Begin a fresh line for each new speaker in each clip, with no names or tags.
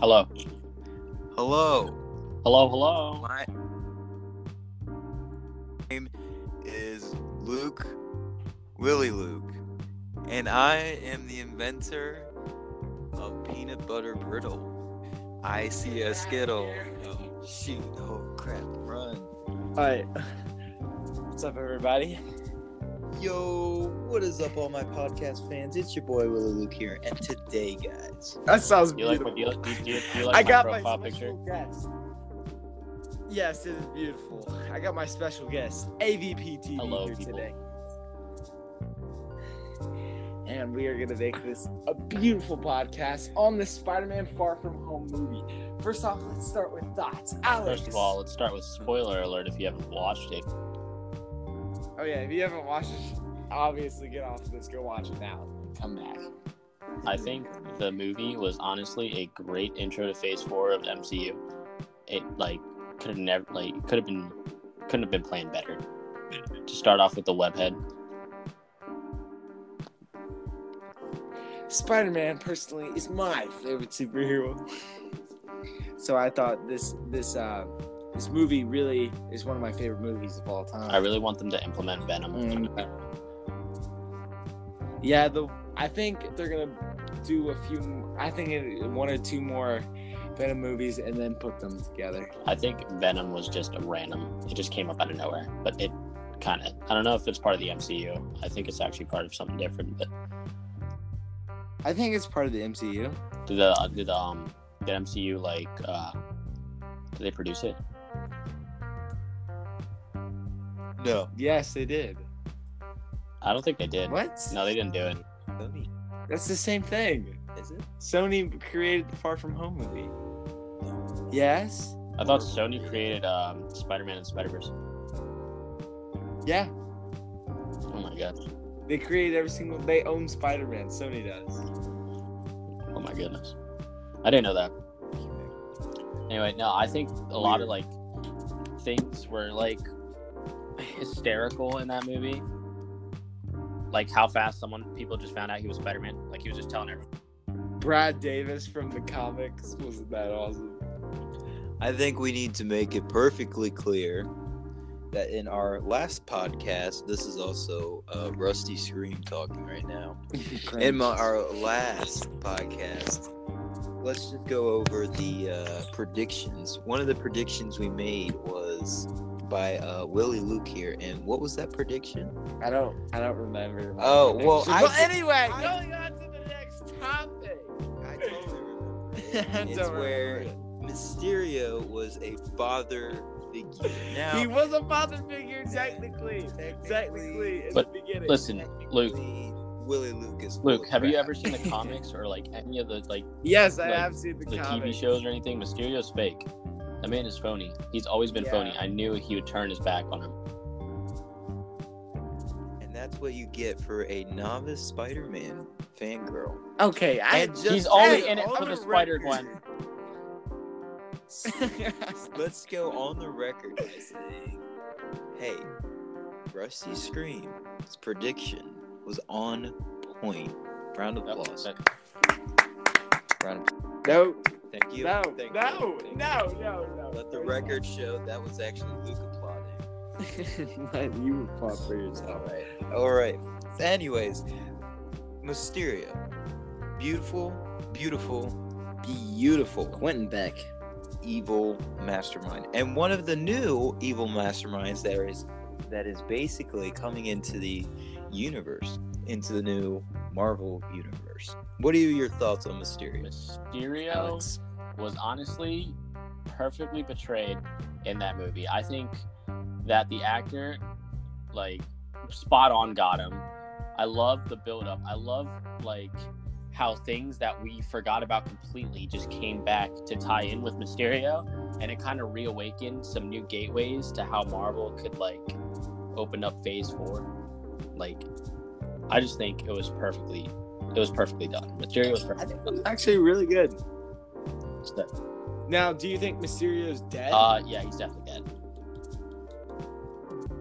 Hello.
Hello.
Hello, hello.
My name is Luke Willy Luke, and I am the inventor of peanut butter brittle. I see a skittle. Oh, shoot! Oh crap! Run!
All right. What's up, everybody?
Yo, what is up, all my podcast fans? It's your boy Willy Luke here, and today, guys,
That sounds
Do you like
beautiful.
what do you, do you, do you, do you
I
like my
got my
profile
special
picture?
guest. Yes, it is beautiful. I got my special guest, AVP TV,
Hello,
here
people.
today. And we are going to make this a beautiful podcast on the Spider Man Far From Home movie. First off, let's start with thoughts. Alex.
First of all, let's start with spoiler alert if you haven't watched it.
oh, yeah, if you haven't watched it, obviously get off of this. Go watch it now. Come back.
I think the movie was honestly a great intro to Phase Four of the MCU. It like could have never like could have been couldn't have been planned better. To start off with the webhead,
Spider Man personally is my favorite superhero. so I thought this this uh this movie really is one of my favorite movies of all time.
I really want them to implement Venom.
Mm. yeah, the I think they're gonna do a few. I think it, one or two more Venom movies and then put them together.
I think Venom was just a random. It just came up out of nowhere, but it kind of. I don't know if it's part of the MCU. I think it's actually part of something different. But
I think it's part of the MCU.
did the did the, um did MCU like uh did they produce it?
no.
Yes, they did.
I don't think they did.
What?
No, they didn't do it.
That's the same thing.
Is it?
Sony created the Far From Home movie. Yes.
I thought Sony created um Spider-Man and Spider-Verse.
Yeah.
Oh my god.
They create every single. They own Spider Man. Sony does.
Oh my goodness. I didn't know that. Anyway, no, I think a lot of like things were like hysterical in that movie. Like how fast someone people just found out he was Spider Man. Like he was just telling everyone.
Brad Davis from the comics wasn't that awesome?
I think we need to make it perfectly clear that in our last podcast, this is also uh, Rusty Scream talking right now. In my, our last podcast, let's just go over the uh, predictions. One of the predictions we made was by uh, Willie Luke here, and what was that prediction?
I don't. I don't remember. my
Oh, well,
prediction.
I-
But anyway,
I-
going on to the next topic.
I totally remember.
I
It's
don't
where
remember
Mysterio was a father figure.
it.
Now,
he was a father figure technically. Technically, in
But
the beginning.
Listen, Luke,
Willie Lucas.
Luke, have you ever seen the comics or like any of the like
yes, I
like,
have seen the,
the TV
comics.
shows or anything? Mysterio's fake. That man is phony. He's always been
Yeah.
phony. I knew he would turn his back on him.
And that's what you get for a novice Spider-Man fangirl.
Okay, I
And
just.
He's
Just
only
say
in it
on
for
the
the Spider Gwen.
Let's go on the record by saying, "Hey, Rusty Scream's prediction was on point." Round of applause. Round of
no,
Thank you.
no,
Thank you.
no,
Thank you.
no, no, no.
Let the record show that was actually Luke applauding.
Man, you applaud for yourself.
All right. All right. Anyways, Mysterio. Beautiful, beautiful, beautiful. Quentin Beck. Evil mastermind. And one of the new evil masterminds that is that is basically coming into the universe, into the new Marvel universe. What are your thoughts on Mysterio?
Mysterio.
Alex.
was honestly perfectly portrayed in that movie. I think that the actor, like, spot on got him. I love the build up. I love, like, how things that we forgot about completely just came back to tie in with Mysterio. And it kind of reawakened some new gateways to how Marvel could, like, open up phase four. Like, I just think it was perfectly. It was perfectly done. Mysterio was
I
perfect.
think it was actually really good. Now, do you think Mysterio's dead?
Uh, yeah, he's definitely dead.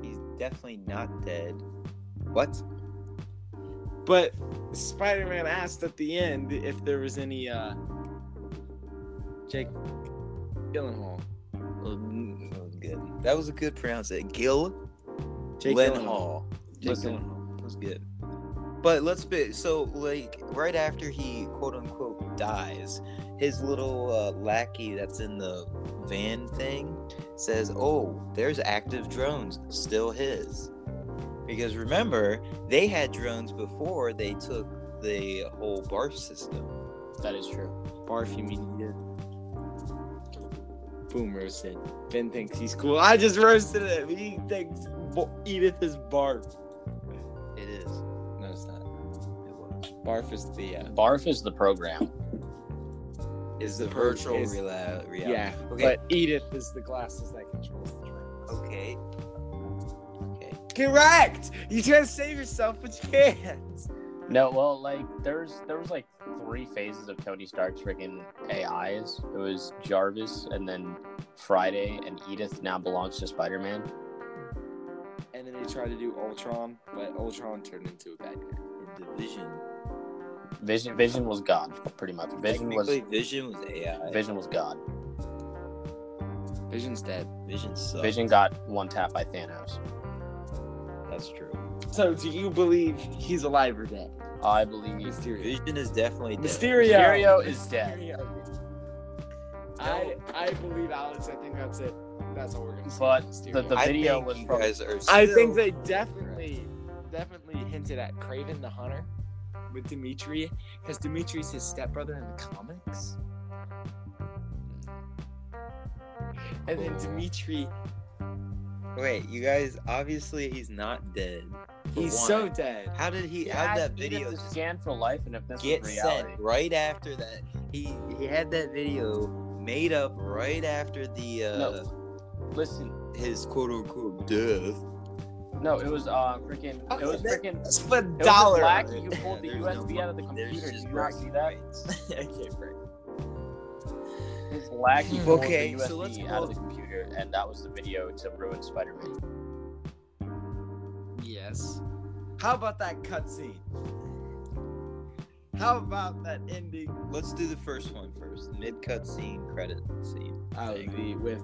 He's definitely not dead. What?
but Spider-Man asked at the end if there was any uh Jake Gyllenhaal.
Um, that was good. That was a good pronunciation. Gil
Jake
Len
Gyllenhaal.
Hall.
Jake
Jake Gyllenhaal. That was good. But let's be so like right after he quote unquote dies, his little uh, lackey that's in the van thing says, "Oh, there's active drones still his." Because remember, they had drones before they took the whole barf system.
That is true.
Barf, you mean he did. Boom, roasted. Ben thinks he's cool. I just roasted him. He thinks Bo- Edith is barf.
It is. It
No, it's not.
was.
Barf is the uh,
Barf is the program.
Is the,
The purge
virtual
is-
reali- reality?
yeah.
Okay.
But Edith is the glasses that controls the train.
Okay. Okay.
Correct. You try to save yourself, but you can't.
No, well, like there's there was like three phases of Tony Stark's freaking AIs. It was Jarvis, and then Friday, and Edith now belongs to Spider Man.
And then they tried to do Ultron, but Ultron turned into a bad guy.
In division.
Vision Vision was God, pretty much. Vision was
Technically, Vision was AI.
Vision was God.
Vision's dead.
Vision sucks.
Vision got one tap by Thanos.
That's true.
So, do you believe he's alive or dead?
I believe
Mysterio.
Vision is definitely dead.
Mysterio.
Mysterio is dead.
I I believe Alex. I think that's it. That's all we're gonna say.
But
Mysterio.
the- the-
I
video
think
was
you
from-
guys are
I
still-
think they definitely definitely hinted at Craven the Hunter with Dimitri because Dimitri's his stepbrother in the comics. And then Dimitri,
Wait, you guys. Obviously, he's not dead. For
he's
one.
so dead.
How did he? How did that video
to
just
scan for life, and if this
get
was reality,
sent right after that? He he had that video made up right after the uh,
No. listen,
his quote unquote death.
no, it was uh freaking, it
Okay,
was
that-
freaking.
That's for
It was
dollar.
a lackey who pulled the
Yeah, there's
USB
no
out of the
fucking- there's
computer. Did
just
you not see that?
okay, right.
His lackey
Hmm.
pulled
Okay,
the USB
so let's
out of
go-
the computer, and that was the video to ruin Spider-Man.
Yes. How about that cutscene? How about that ending?
Let's do the first one first. Mid cutscene, credit scene.
Oh,
thing.
the with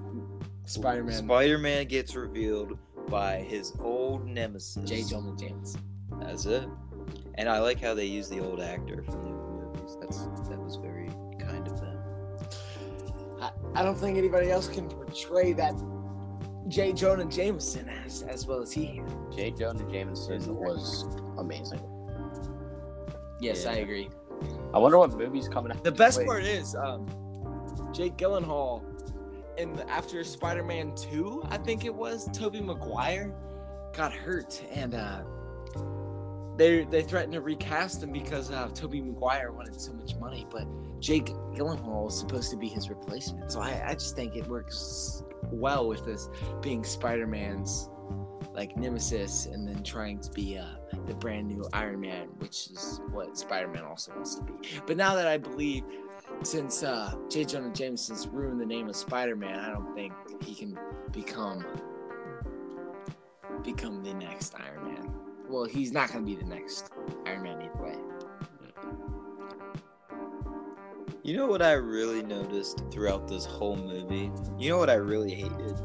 Spider-Man.
Spider-Man gets revealed by his old nemesis.
J. Jonah Jameson.
That's it. And I like how they use the old actor from the old movies. That's that was very kind of them.
I, I don't think anybody else can portray that J. Jonah Jameson as as well as he.
J. Jonah Jameson was amazing.
Yes, I
agree.
I wonder what movie's coming out.
The best
Wait,
part is um, Jake Gyllenhaal, in the, after Spider-Man Two, I think it was Tobey Maguire got hurt, and uh, they they threatened to recast him because uh, Tobey Maguire wanted so much money, but Jake Gyllenhaal was supposed to be his replacement. So I, I just think it works well with this being Spider-Man's like nemesis, and then trying to be uh, the brand new Iron Man, which is what Spider-Man also wants to be. But now that I believe, since uh, J. Jonah Jameson's ruined the name of Spider-Man, I don't think he can become become the next Iron Man. Well, he's not going to be the next Iron Man either way.
You know what I really noticed throughout this whole movie? You know what I really hated?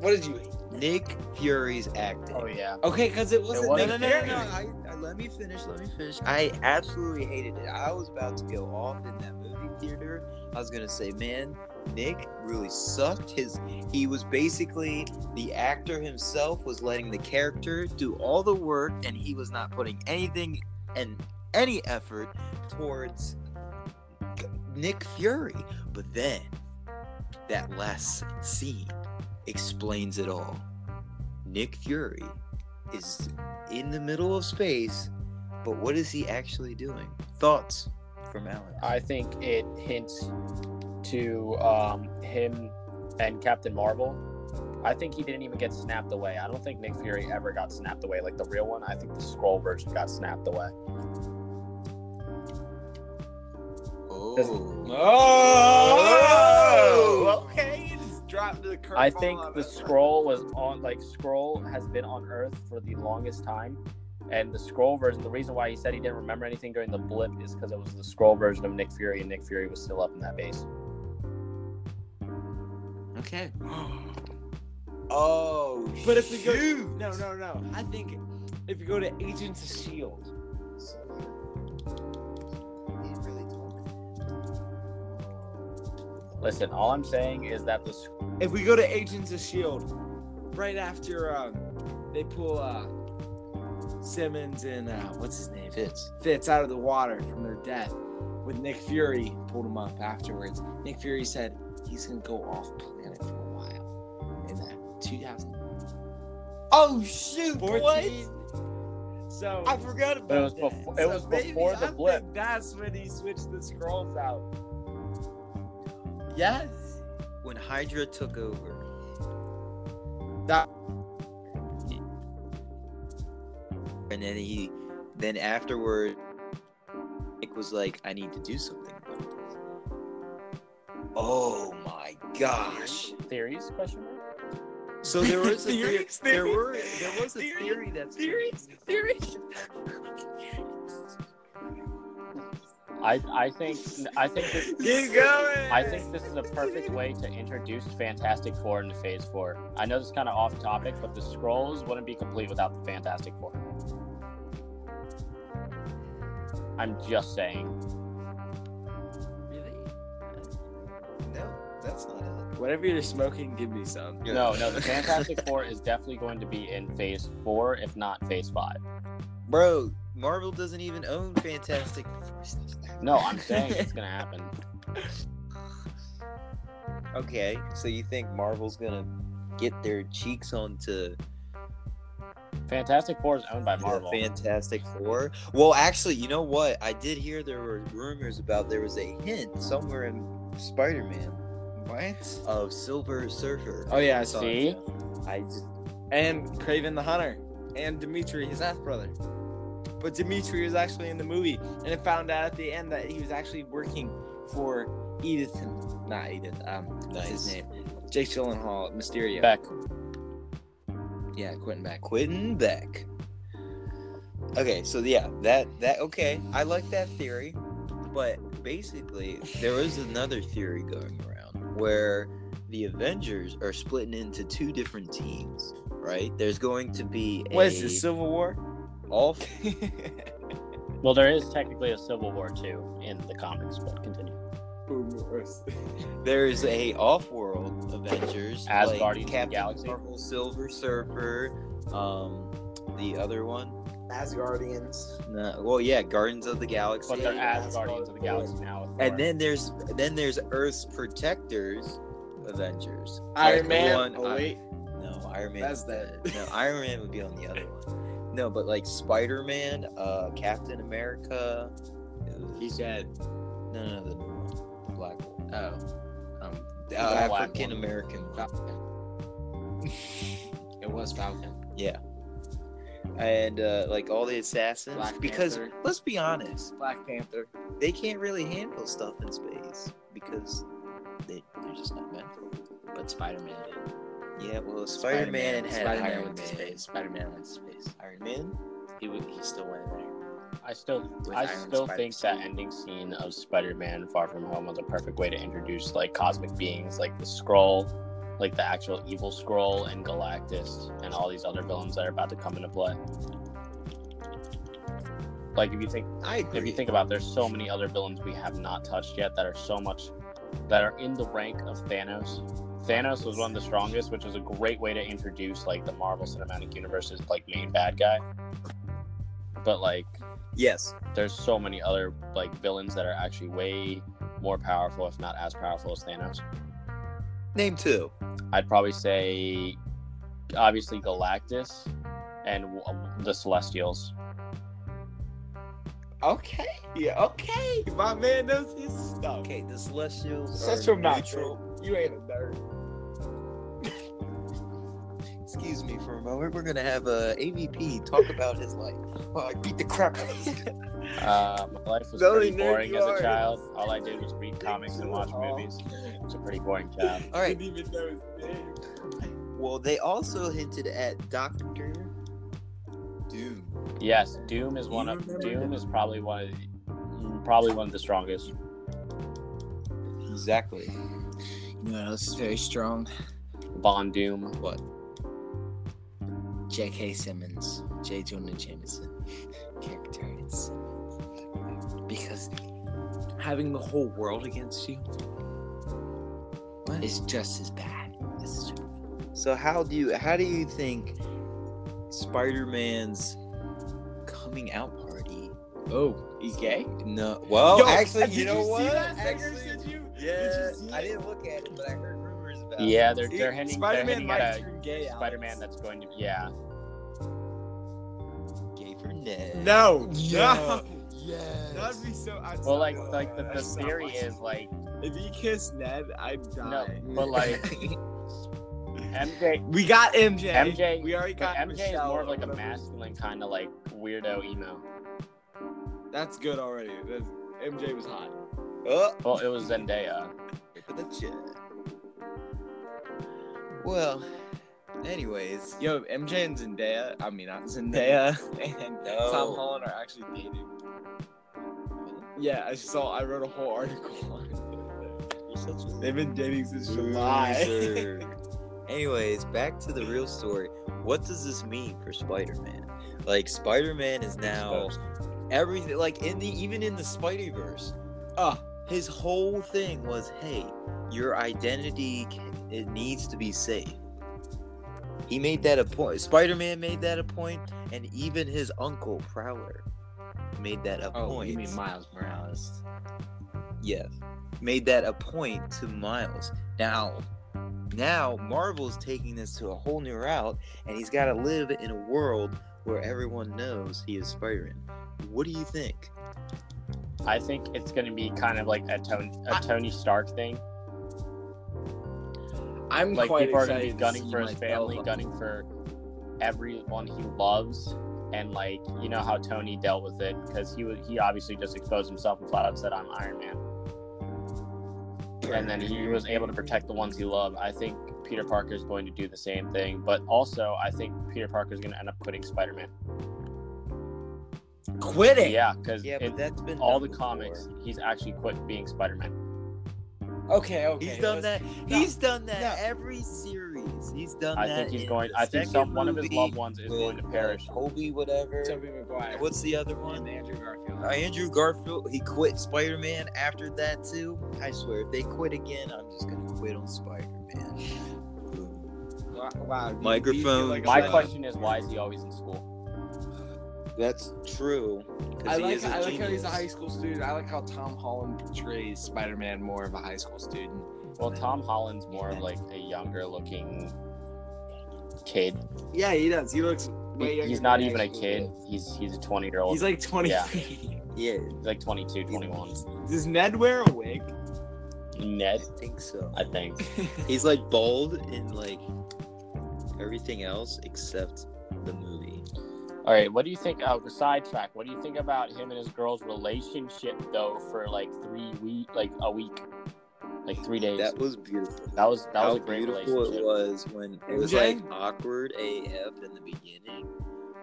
What did you mean?
Nick Fury's acting.
Oh yeah,
Okay, because it wasn't.
wasn't
Nick
no, no, no,
Fury.
no, no. I, I, let me finish. Let me finish. I absolutely hated it. I was about to go off in that movie theater. I was gonna say, man, Nick really sucked. His he was basically the actor himself was letting the character do all the work, and he was not putting anything and any effort towards Nick Fury. But then that last scene explains it all. Nick Fury is in the middle of space, but what is he actually doing? Thoughts from Alex.
I think it hints to um, him and Captain Marvel. I think he didn't even get snapped away. I don't think Nick Fury ever got snapped away, like the real one. I think the scroll version got snapped away.
oh,
Oh, okay. You just dropped the curve.
I think the scroll was on like scroll has been on Earth for the longest time. And the scroll version, the reason why he said he didn't remember anything during the blip is because it was the scroll version of Nick Fury, and Nick Fury was still up in that base.
Okay.
Oh,
But if we go-
shoot.
No, no, no. I think if you go to Agents of Shield,
Listen, all I'm saying is that the s-
if we go to Agents of Shield, E right after um, they pull uh, Simmons and uh, what's his name
Fits.
Fitz out of the water from their death, with Nick Fury pulled him up afterwards. Nick Fury said he's gonna go off planet for a while in that 2000.
Oh shoot!
Fourteen. So
I forgot
but it was
about that.
before it was
maybe
before
I
the
think
blip.
that's when he switched the scrolls out.
Yes. When Hydra took over.
That-
And then he, then afterward, Nick was like, "I need to do something." about this." Oh my gosh!
Theories? Question mark.
So there was a theory,
Theories,
there
theories,
were there was a
theories,
theory that's
Theories, theories.
I I think I think this
Keep going.
I think this is a perfect way to introduce Fantastic Four into Phase Four. I know this is kind of off topic, but the scrolls wouldn't be complete without the Fantastic Four. I'm just saying.
Really? No, that's not it.
Whatever you're smoking, give me some.
No, no, the Fantastic Four is definitely going to be in Phase Four, if not Phase Five.
Bro, Marvel doesn't even own Fantastic.
No, I'm saying it's gonna happen.
Okay, so you think Marvel's gonna get their cheeks onto
Fantastic Four is owned by
the
Marvel.
Fantastic Four? Well, actually, you know what? I did hear there were rumors about there was a hint somewhere in Spider-Man
What?
of Silver Surfer.
Oh yeah, I saw
See,
it.
I just
And Craven the Hunter, and Dimitri, his half brother. But Dimitri was actually in the movie, and it found out at the end that he was actually working for Edith, and, not Edith. Um, what's his
Nice.
name? Jake Gyllenhaal, Mysterio.
Beck.
Yeah, Quentin Beck.
Quentin Beck. Okay, so yeah, that that okay, I like that theory, but basically there was another theory going around where the Avengers are splitting into two different teams, right? There's going to be a
What is this? Civil War?
all
Well, there is technically a Civil War too in the comics, but continue.
there is a off-world Avengers
As
like
Guardians of the
Captain
Galaxy.
Marvel, Silver Surfer, um, the other one.
Asgardians.
No, well, yeah, Guardians of the Galaxy.
But they're as
that's
Guardians
all
of the
the boys.
Galaxy now. with
And
Thor.
then there's then there's Earth's protectors, Avengers.
Iron
Like,
Man.
one-
Oh, wait.
no, Iron Man.
That's dead.
No, Iron Man would be on the other one. No, but like Spider Man, uh, Captain America.
He's dead.
No, no, the, new one, the black one.
Oh. Um,
Uh,
black one.
African American.
Falcon. it was Falcon.
Yeah. And uh, like all the assassins,
Black
because
Panther.
let's be honest,
Black Panther.
they can't really handle stuff in space because they they're just not meant for it.
But Spider Man did.
Yeah, well, Spider Man had
Spider Man
Iron
went to
Man.
space. Spider Man went to space.
Iron Man.
He, would, he still went in there.
I still,
With
I
Iron
still
Spider.
think that ending scene of Spider-Man: Far From Home was a perfect way to introduce like cosmic beings, like the Scroll, like the actual evil Scroll, and Galactus, and all these other villains that are about to come into play. Like if you think
I agree.
if you think about, it, there's so many other villains we have not touched yet that are so much that are in the rank of Thanos. Thanos was one of the strongest, which was a great way to introduce like the Marvel Cinematic Universe's like main bad guy. But like
yes,
there's so many other like villains that are actually way more powerful, if not as powerful as Thanos.
name two.
I'd probably say, obviously Galactus and w- the Celestials.
Okay. Yeah, okay. My man knows his stuff.
Okay, the Celestials
Such
are
a nut,
neutral.
You ain't a nerd.
Excuse me for a moment. We're gonna have uh, a AVP talk about his life. Oh, I beat the crap out of this guy.
Uh, my life was
The only
pretty
nerd
boring
you
as
are
a child.
is-
All I did was read comics and watch
Aw.
movies. It's a pretty boring job.
All right.
Didn't even know his name.
Well, they also hinted at Doctor Doom.
Yes, Doom is one
You
of
remember
Doom
Doom?
is probably mm, one of the- probably one of the strongest.
Exactly.
No, this is very strong.
Von Doom.
What?
J.K. Simmons, J. Jonah Jameson, character in Simmons. Because having the whole world against you is just as bad. As
So how do you how do you think Spider-Man's coming out party?
oh,
He's gay? No. Well, Oh, actually, you know what? Actually,
you,
yeah, I didn't look at it, but I heard rumors about it.
Yeah, they're they're hinting, they're hinting at
turn
a
gay.
Spider-Man that's going to yeah.
Gay for Ned.
No,
Yeah.
no,
Yes.
that'd be so.
Well,
I'd stop
like
watching
like the,
that.
the
I'd stop
theory
watching
is like
that. if he kissed Ned, I'd
no,
die.
but like MJ
we got MJ.
MJ
we already
but
got
MJ is
Michelle
more of like
or
a
whatever.
masculine kind of like weirdo emo.
That's good already. That's, MJ was hot.
oh,
Well, it was Zendaya.
for the chat. Well, anyways.
Yo, MJ and Zendaya. I mean, not Zendaya and
No.
Tom Holland are actually dating. Yeah, I saw. I wrote a whole article on it.
You're such a
They've been dating since July.
Loser. Anyways, back to the real story. What does this mean for Spider-Man? Like Spider-Man is now everything. Like in the even in the Spider-Verse,
Ah,
his whole thing was, "Hey, your identity can, it needs to be safe." He made that a point. Spider-Man made that a point, and even his uncle Prowler made that a
oh,
point.
you mean Miles Morales?
Yes. Made that a point to Miles. Now, now Marvel's taking this to a whole new route, and he's got to live in a world where everyone knows he is Spider-Man. What do you think?
I think it's going to be kind of like a Tony a Tony Stark thing.
I'm
Like
quite
people are going to
excited
be
to
gunning
see
for his
myself.
family, gunning for everyone he loves, and like you know how Tony dealt with it because he wa- he obviously just exposed himself and flat out said I'm Iron Man, and then he was able to protect the ones he loved. I think Peter Parker is going to do the same thing, but also I think Peter Parker is going to end up quitting Spider Man.
Quit it.
Yeah, because
Yeah, but that's been
all the
done before.
comics he's actually quit being Spider Man.
Okay. Okay.
He's done
let's-
that.
no,
he's done that
no.
every series. He's done
I
that.
think he's
in
going.
the
I think
second
some one of his
movie
loved ones is
with,
going to
uh,
perish.
Toby, whatever.
Tobey Maguire.
What's the other one?
and Andrew Garfield?
Uh, Andrew Garfield, he quit Spider Man after that too. I swear, if they quit again, I'm just gonna quit on Spider Man.
Wow. wow dude,
Microphone.
we feel
My
like a-
question is, why is he always in school?
That's true. 'cause
I
he
like,
is a
I like how he's a
genius.
high school student. I like how Tom Holland portrays Spider Man more of a high school student.
Well, Tom Holland's more of like a younger looking kid.
Yeah, he does. He looks
He- he's not even a kid. He's he's a 20 year old.
He's
He's
like 23.
Yeah,
like 22, 21.
Does Ned wear a wig?
Ned,
I think so.
I think.
He's like bald in like everything else except the movie.
All right, what do you think? Oh, sidetrack. What do you think about him and his girl's relationship though? For like three week, like a week, like three days.
That was beautiful.
That was that
how
was a great
beautiful
relationship.
it was when it was
MJ?
like awkward AF in the beginning,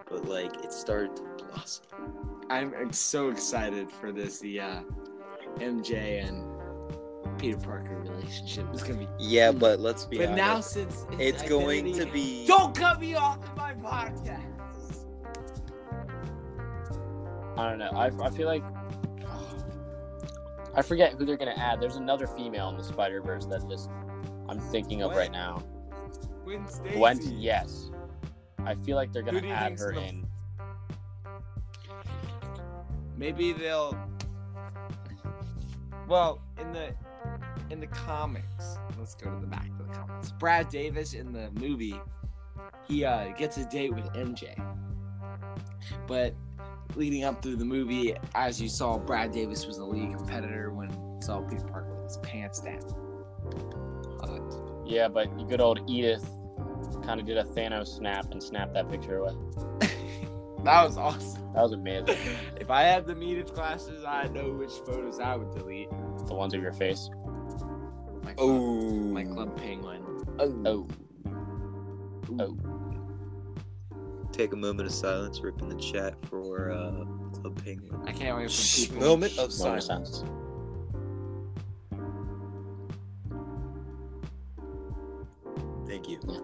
but like it started to blossom.
I'm ex- so excited for this. The uh, MJ and Peter Parker relationship is gonna be.
Yeah, but let's be
but
honest.
now since
It's going to
identity-
be.
Don't cut me off of my podcast.
I don't know. I, I feel like I forget who they're gonna add. There's another female in the Spider Verse that just I'm thinking of
Gwen.
right now.
Gwen Stacy.
Gwen, yes. I feel like they're
Who do
gonna
you
add
think's
her
gonna-
in.
Maybe they'll. Well, in the in the comics, let's go to the back of the comics. Brad Davis in the movie, he uh, gets a date with MJ. But leading up through the movie, as you saw, Brad Davis was a league competitor when he saw Peter Parker with his pants down. Uh,
Yeah, but good old Edith kind of did a Thanos snap and snapped that picture away.
that was awesome.
That was amazing.
if I had the needed classes, I know which photos I would delete.
the ones of your face.
My club,
Oh,
my club penguin.
Oh,
Take a moment of silence. Rip in the chat for uh, Club Penguin.
I can't wait for
Shh,
people.
moment of
moment of
silence.
silence.
of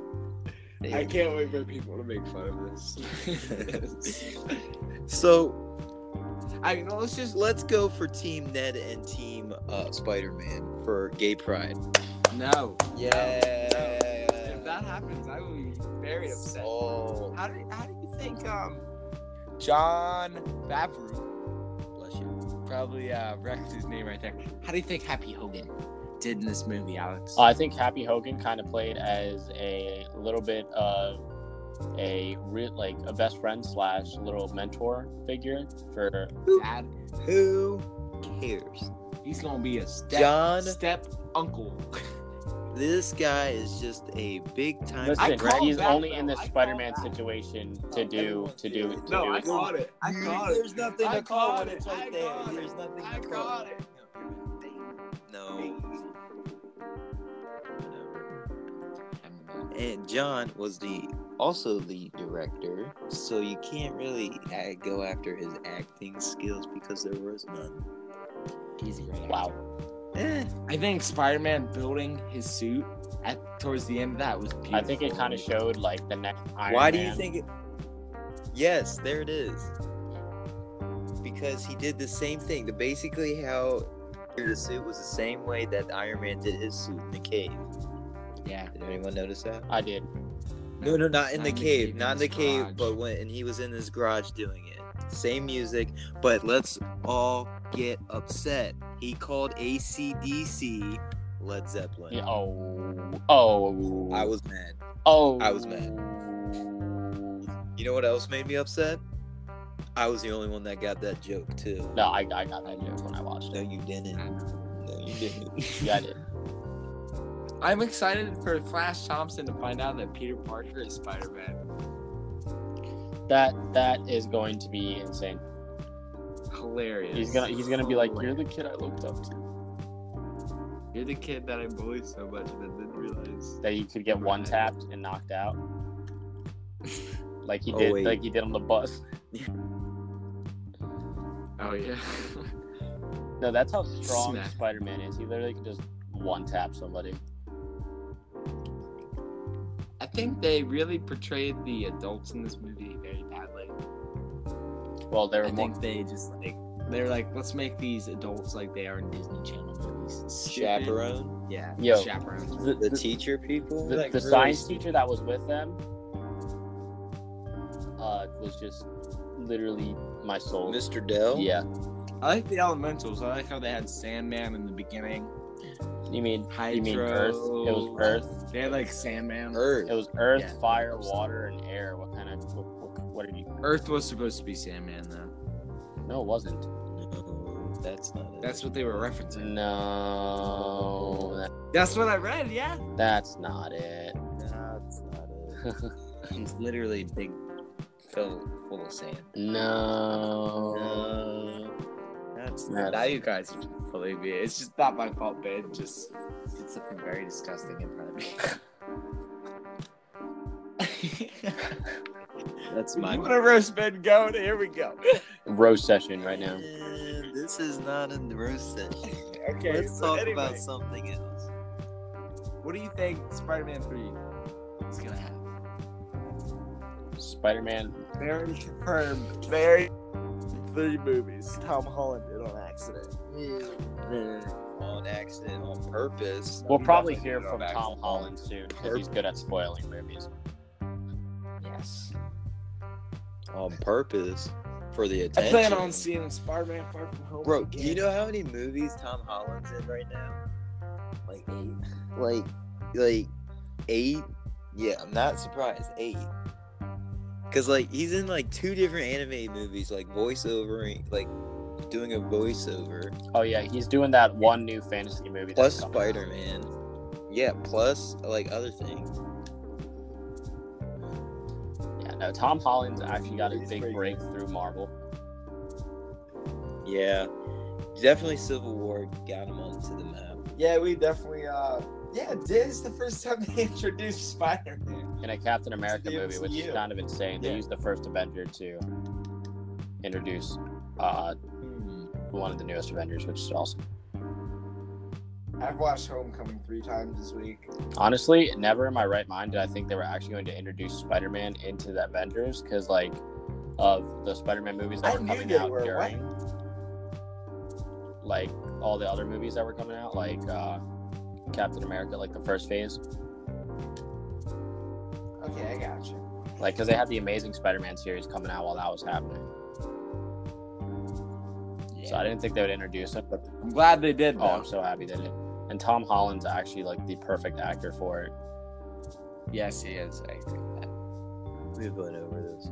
I
here.
can't wait for people to make fun of this.
So
I mean, let's just
let's go for Team Ned and Team uh, Spider Man for Gay Pride.
no. If
Yeah.
that happens, I will be very upset.
Oh,
How do how do you think um John Favreau
bless you.
probably uh wrecked his name right there? How do you think Happy Hogan did in this movie, Alex?
I think Happy Hogan kind of played as a little bit of a re- like a best friend slash little mentor figure for
Dad,
Who cares?
he's gonna be a step
John,
step uncle.
this guy is just a big time.
I
Listen,
call
he's
that,
only in
though.
this
I call
Spider-Man
that.
situation
Oh,
to do
everyone
to
did
do
it.
to
No,
do.
I caught
it.
There's nothing
I
to call
caught
it.
it.
It's
I
right there.
caught it.
There's nothing
I
to call
got it.
No. And John was the also the director, so you can't really uh, go after his acting skills because there was none.
He's a great. actor.
Wow.
Eh,
I think Spider-Man building his suit at towards the end of that was beautiful.
I think it kind of showed like the next Iron
why do you
Man.
think it? Yes, there it is. Because he did the same thing. The basically how the suit was the same way that Iron Man did his suit in the cave.
Yeah.
Did anyone notice that?
I did.
No, no, not in
Not
the cave, not in
his
the cave,
garage.
but when and he was in his garage doing it. Same music, but let's all get upset. He called ACDC Led Zeppelin.
Yeah, oh. Oh.
I was mad.
Oh.
I was mad. You know what else made me upset? I was the only one that got that joke too.
No, I, I got that joke when I watched
No,
it.
you didn't.
Mm.
No, you didn't.
Yeah, I did.
I'm excited for Flash Thompson to find out that Peter Parker is Spider-Man.
That that is going to be insane.
Hilarious.
He's gonna he's gonna be like, you're the kid I looked up to.
you're the kid that I bullied so much and then didn't realize.
That you could get one tapped and knocked out. Like he
Oh,
did,
wait.
like he did on the bus.
Oh yeah.
No, that's how strong
Smack.
Spider-Man is. He literally can just one tap somebody.
I think they really portrayed the adults in this movie very badly.
Well, there
I
were more.
think they just like they're like, let's make these adults like they are in Disney Channel movies. Stupid.
Chaperone,
Yeah.
Yo.
Chaperone.
The,
the
the,
teacher people.
the-
like,
the
really
science
stupid.
teacher that was with them uh, was just literally my soul.
Mr. Dell.
Yeah,
I like the elementals. I like how they had Sandman in the beginning.
you mean you mean
Hydro.
Earth? It was Earth.
They had like Sandman.
Earth.
It was Earth,
Yeah.
fire, water, and air. What kind of what, what- what did you?
Earth was supposed to be Sandman though.
No, it wasn't.
No, that's not it.
That's what they were referencing.
No, that,
That's what I read, yeah.
that's not it.
That's not it.
It's literally big full full of sand.
no.
No, that's
Yes.
not
Now you guys believe me. It's just not my fault, babe. Just did something very disgusting in front of me.
That's
you
my.
want to roast Ben Goat? Here we go.
Roast session right now.
Man, This is not a roast session.
Okay,
Let's
so
talk
anyway,
about something else.
What do you think Spider-Man Three is gonna have?
Spider-Man.
They already confirmed. They already three movies. Tom Holland did on accident.
On accident, on purpose.
We'll
He
probably
definitely
hear
did on
from
accident.
Tom Holland soon because he's good at spoiling movies.
Yes.
On purpose for the
I
attention.
plan on seeing Spider-Man Far From Home.
Bro, do you know how many movies Tom Holland's in right now? Like eight. Like, like eight. Yeah, I'm not surprised. Eight. Cause like he's in like two different anime movies, like voiceovering, like doing a voiceover.
Oh yeah, he's doing that one new fantasy movie.
plus
that's coming out.
Spider Man. Yeah, plus like other things.
Yeah, no, Tom Holland's actually got a
He's
big
pretty
break through Marvel.
Yeah, definitely Civil War got him onto the map.
Yeah, we definitely. uh Yeah, this is the first time they introduced Spider-Man.
in a Captain America
the
movie, which is
MCU.
kind of insane. They
Yeah.
used the first Avenger to Hmm. introduce uh, one of the newest Avengers, which is awesome.
I've watched Homecoming three times this week.
Honestly, never in my right mind did I think they were actually going to introduce Spider-Man into the Avengers because like of the Spider-Man movies that
I
were
knew
coming
they
out
were
during
white.
like all the other movies that were coming out, like uh, Captain America, like the first phase,
Okay, I got you.
like because they had the Amazing Spider-Man series coming out while that was happening. So I didn't think they would introduce him, but
I'm glad they did.
oh, I'm so happy they did. And Tom Holland's actually like the perfect actor for it.
Oh, Yes, he is. I agree with that.
We've gone over this.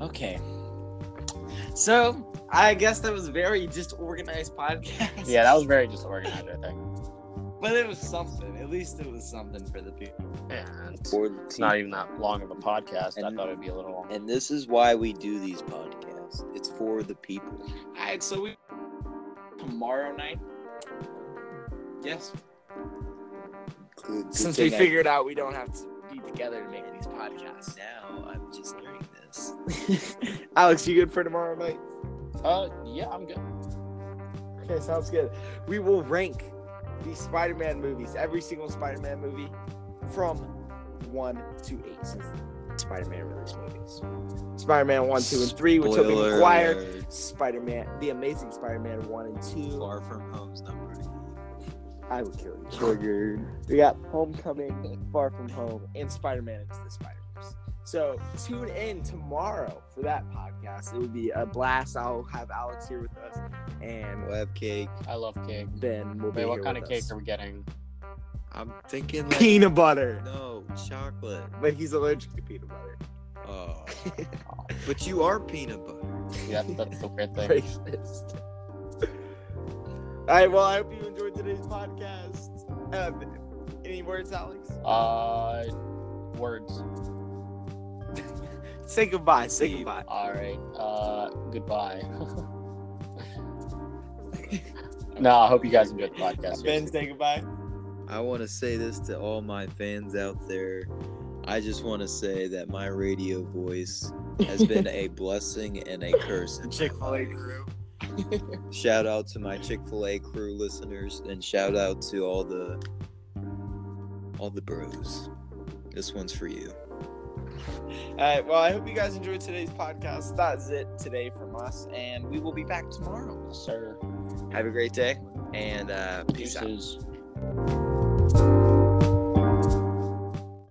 Okay.
So I guess that was a very disorganized podcast.
Yeah, that was very disorganized, I think.
But it was something. At least it was something for the people.
And
For the
it's
team.
not even that long of a podcast. I
And-
thought it'd be a little.
and this is why we do these podcasts. It's for the people.
All right, so we
tomorrow night. Yes.
Good- good
since
thing
we
I-
figured out we don't have to be together to make these podcasts.
now, I'm just learning this.
Alex, you good for tomorrow night?
Uh, yeah, I'm good.
Okay, sounds good.
We will rank the Spider-Man movies, every single Spider-Man movie, from one to eight. Since Spider-Man released movies. Spider-Man one, two, and three with Tobey
Spoiler
Maguire.
alert.
Spider-Man, The Amazing Spider-Man one and two.
Far from home's number.
I would kill you. We got Homecoming, Far From Home, and Spider Man Into the Spider Verse. So tune in tomorrow for that podcast. It will be a blast. I'll have Alex here with us, and
We'll have cake.
I love cake.
Ben will
Wait,
be here
what kind of
with
cake
us.
are we getting?
I'm thinking like
Peanut butter,
no chocolate.
but he's allergic to peanut butter.
Oh, but you are peanut butter.
Yeah, that's the weird thing.
Racist. All right. Well, I hope you enjoyed today's podcast. Um, any words, Alex?
Uh, words.
Say goodbye. Say
Leave.
goodbye.
All right. Uh, goodbye. no, I hope you guys enjoyed the podcast.
Ben,
seriously.
say goodbye.
I want to say this to all my fans out there. I just want to say that my radio voice has been a blessing and a curse. in my
Chick Fil A
life.
crew.
Shout out to my Chick Fil A crew listeners, and shout out to all the all the bros. This one's for you.
All right. Well, I hope you guys enjoyed today's podcast. That's it today from us, and we will be back tomorrow.
Sir,
Have a great day, and uh, peace out.
deuces.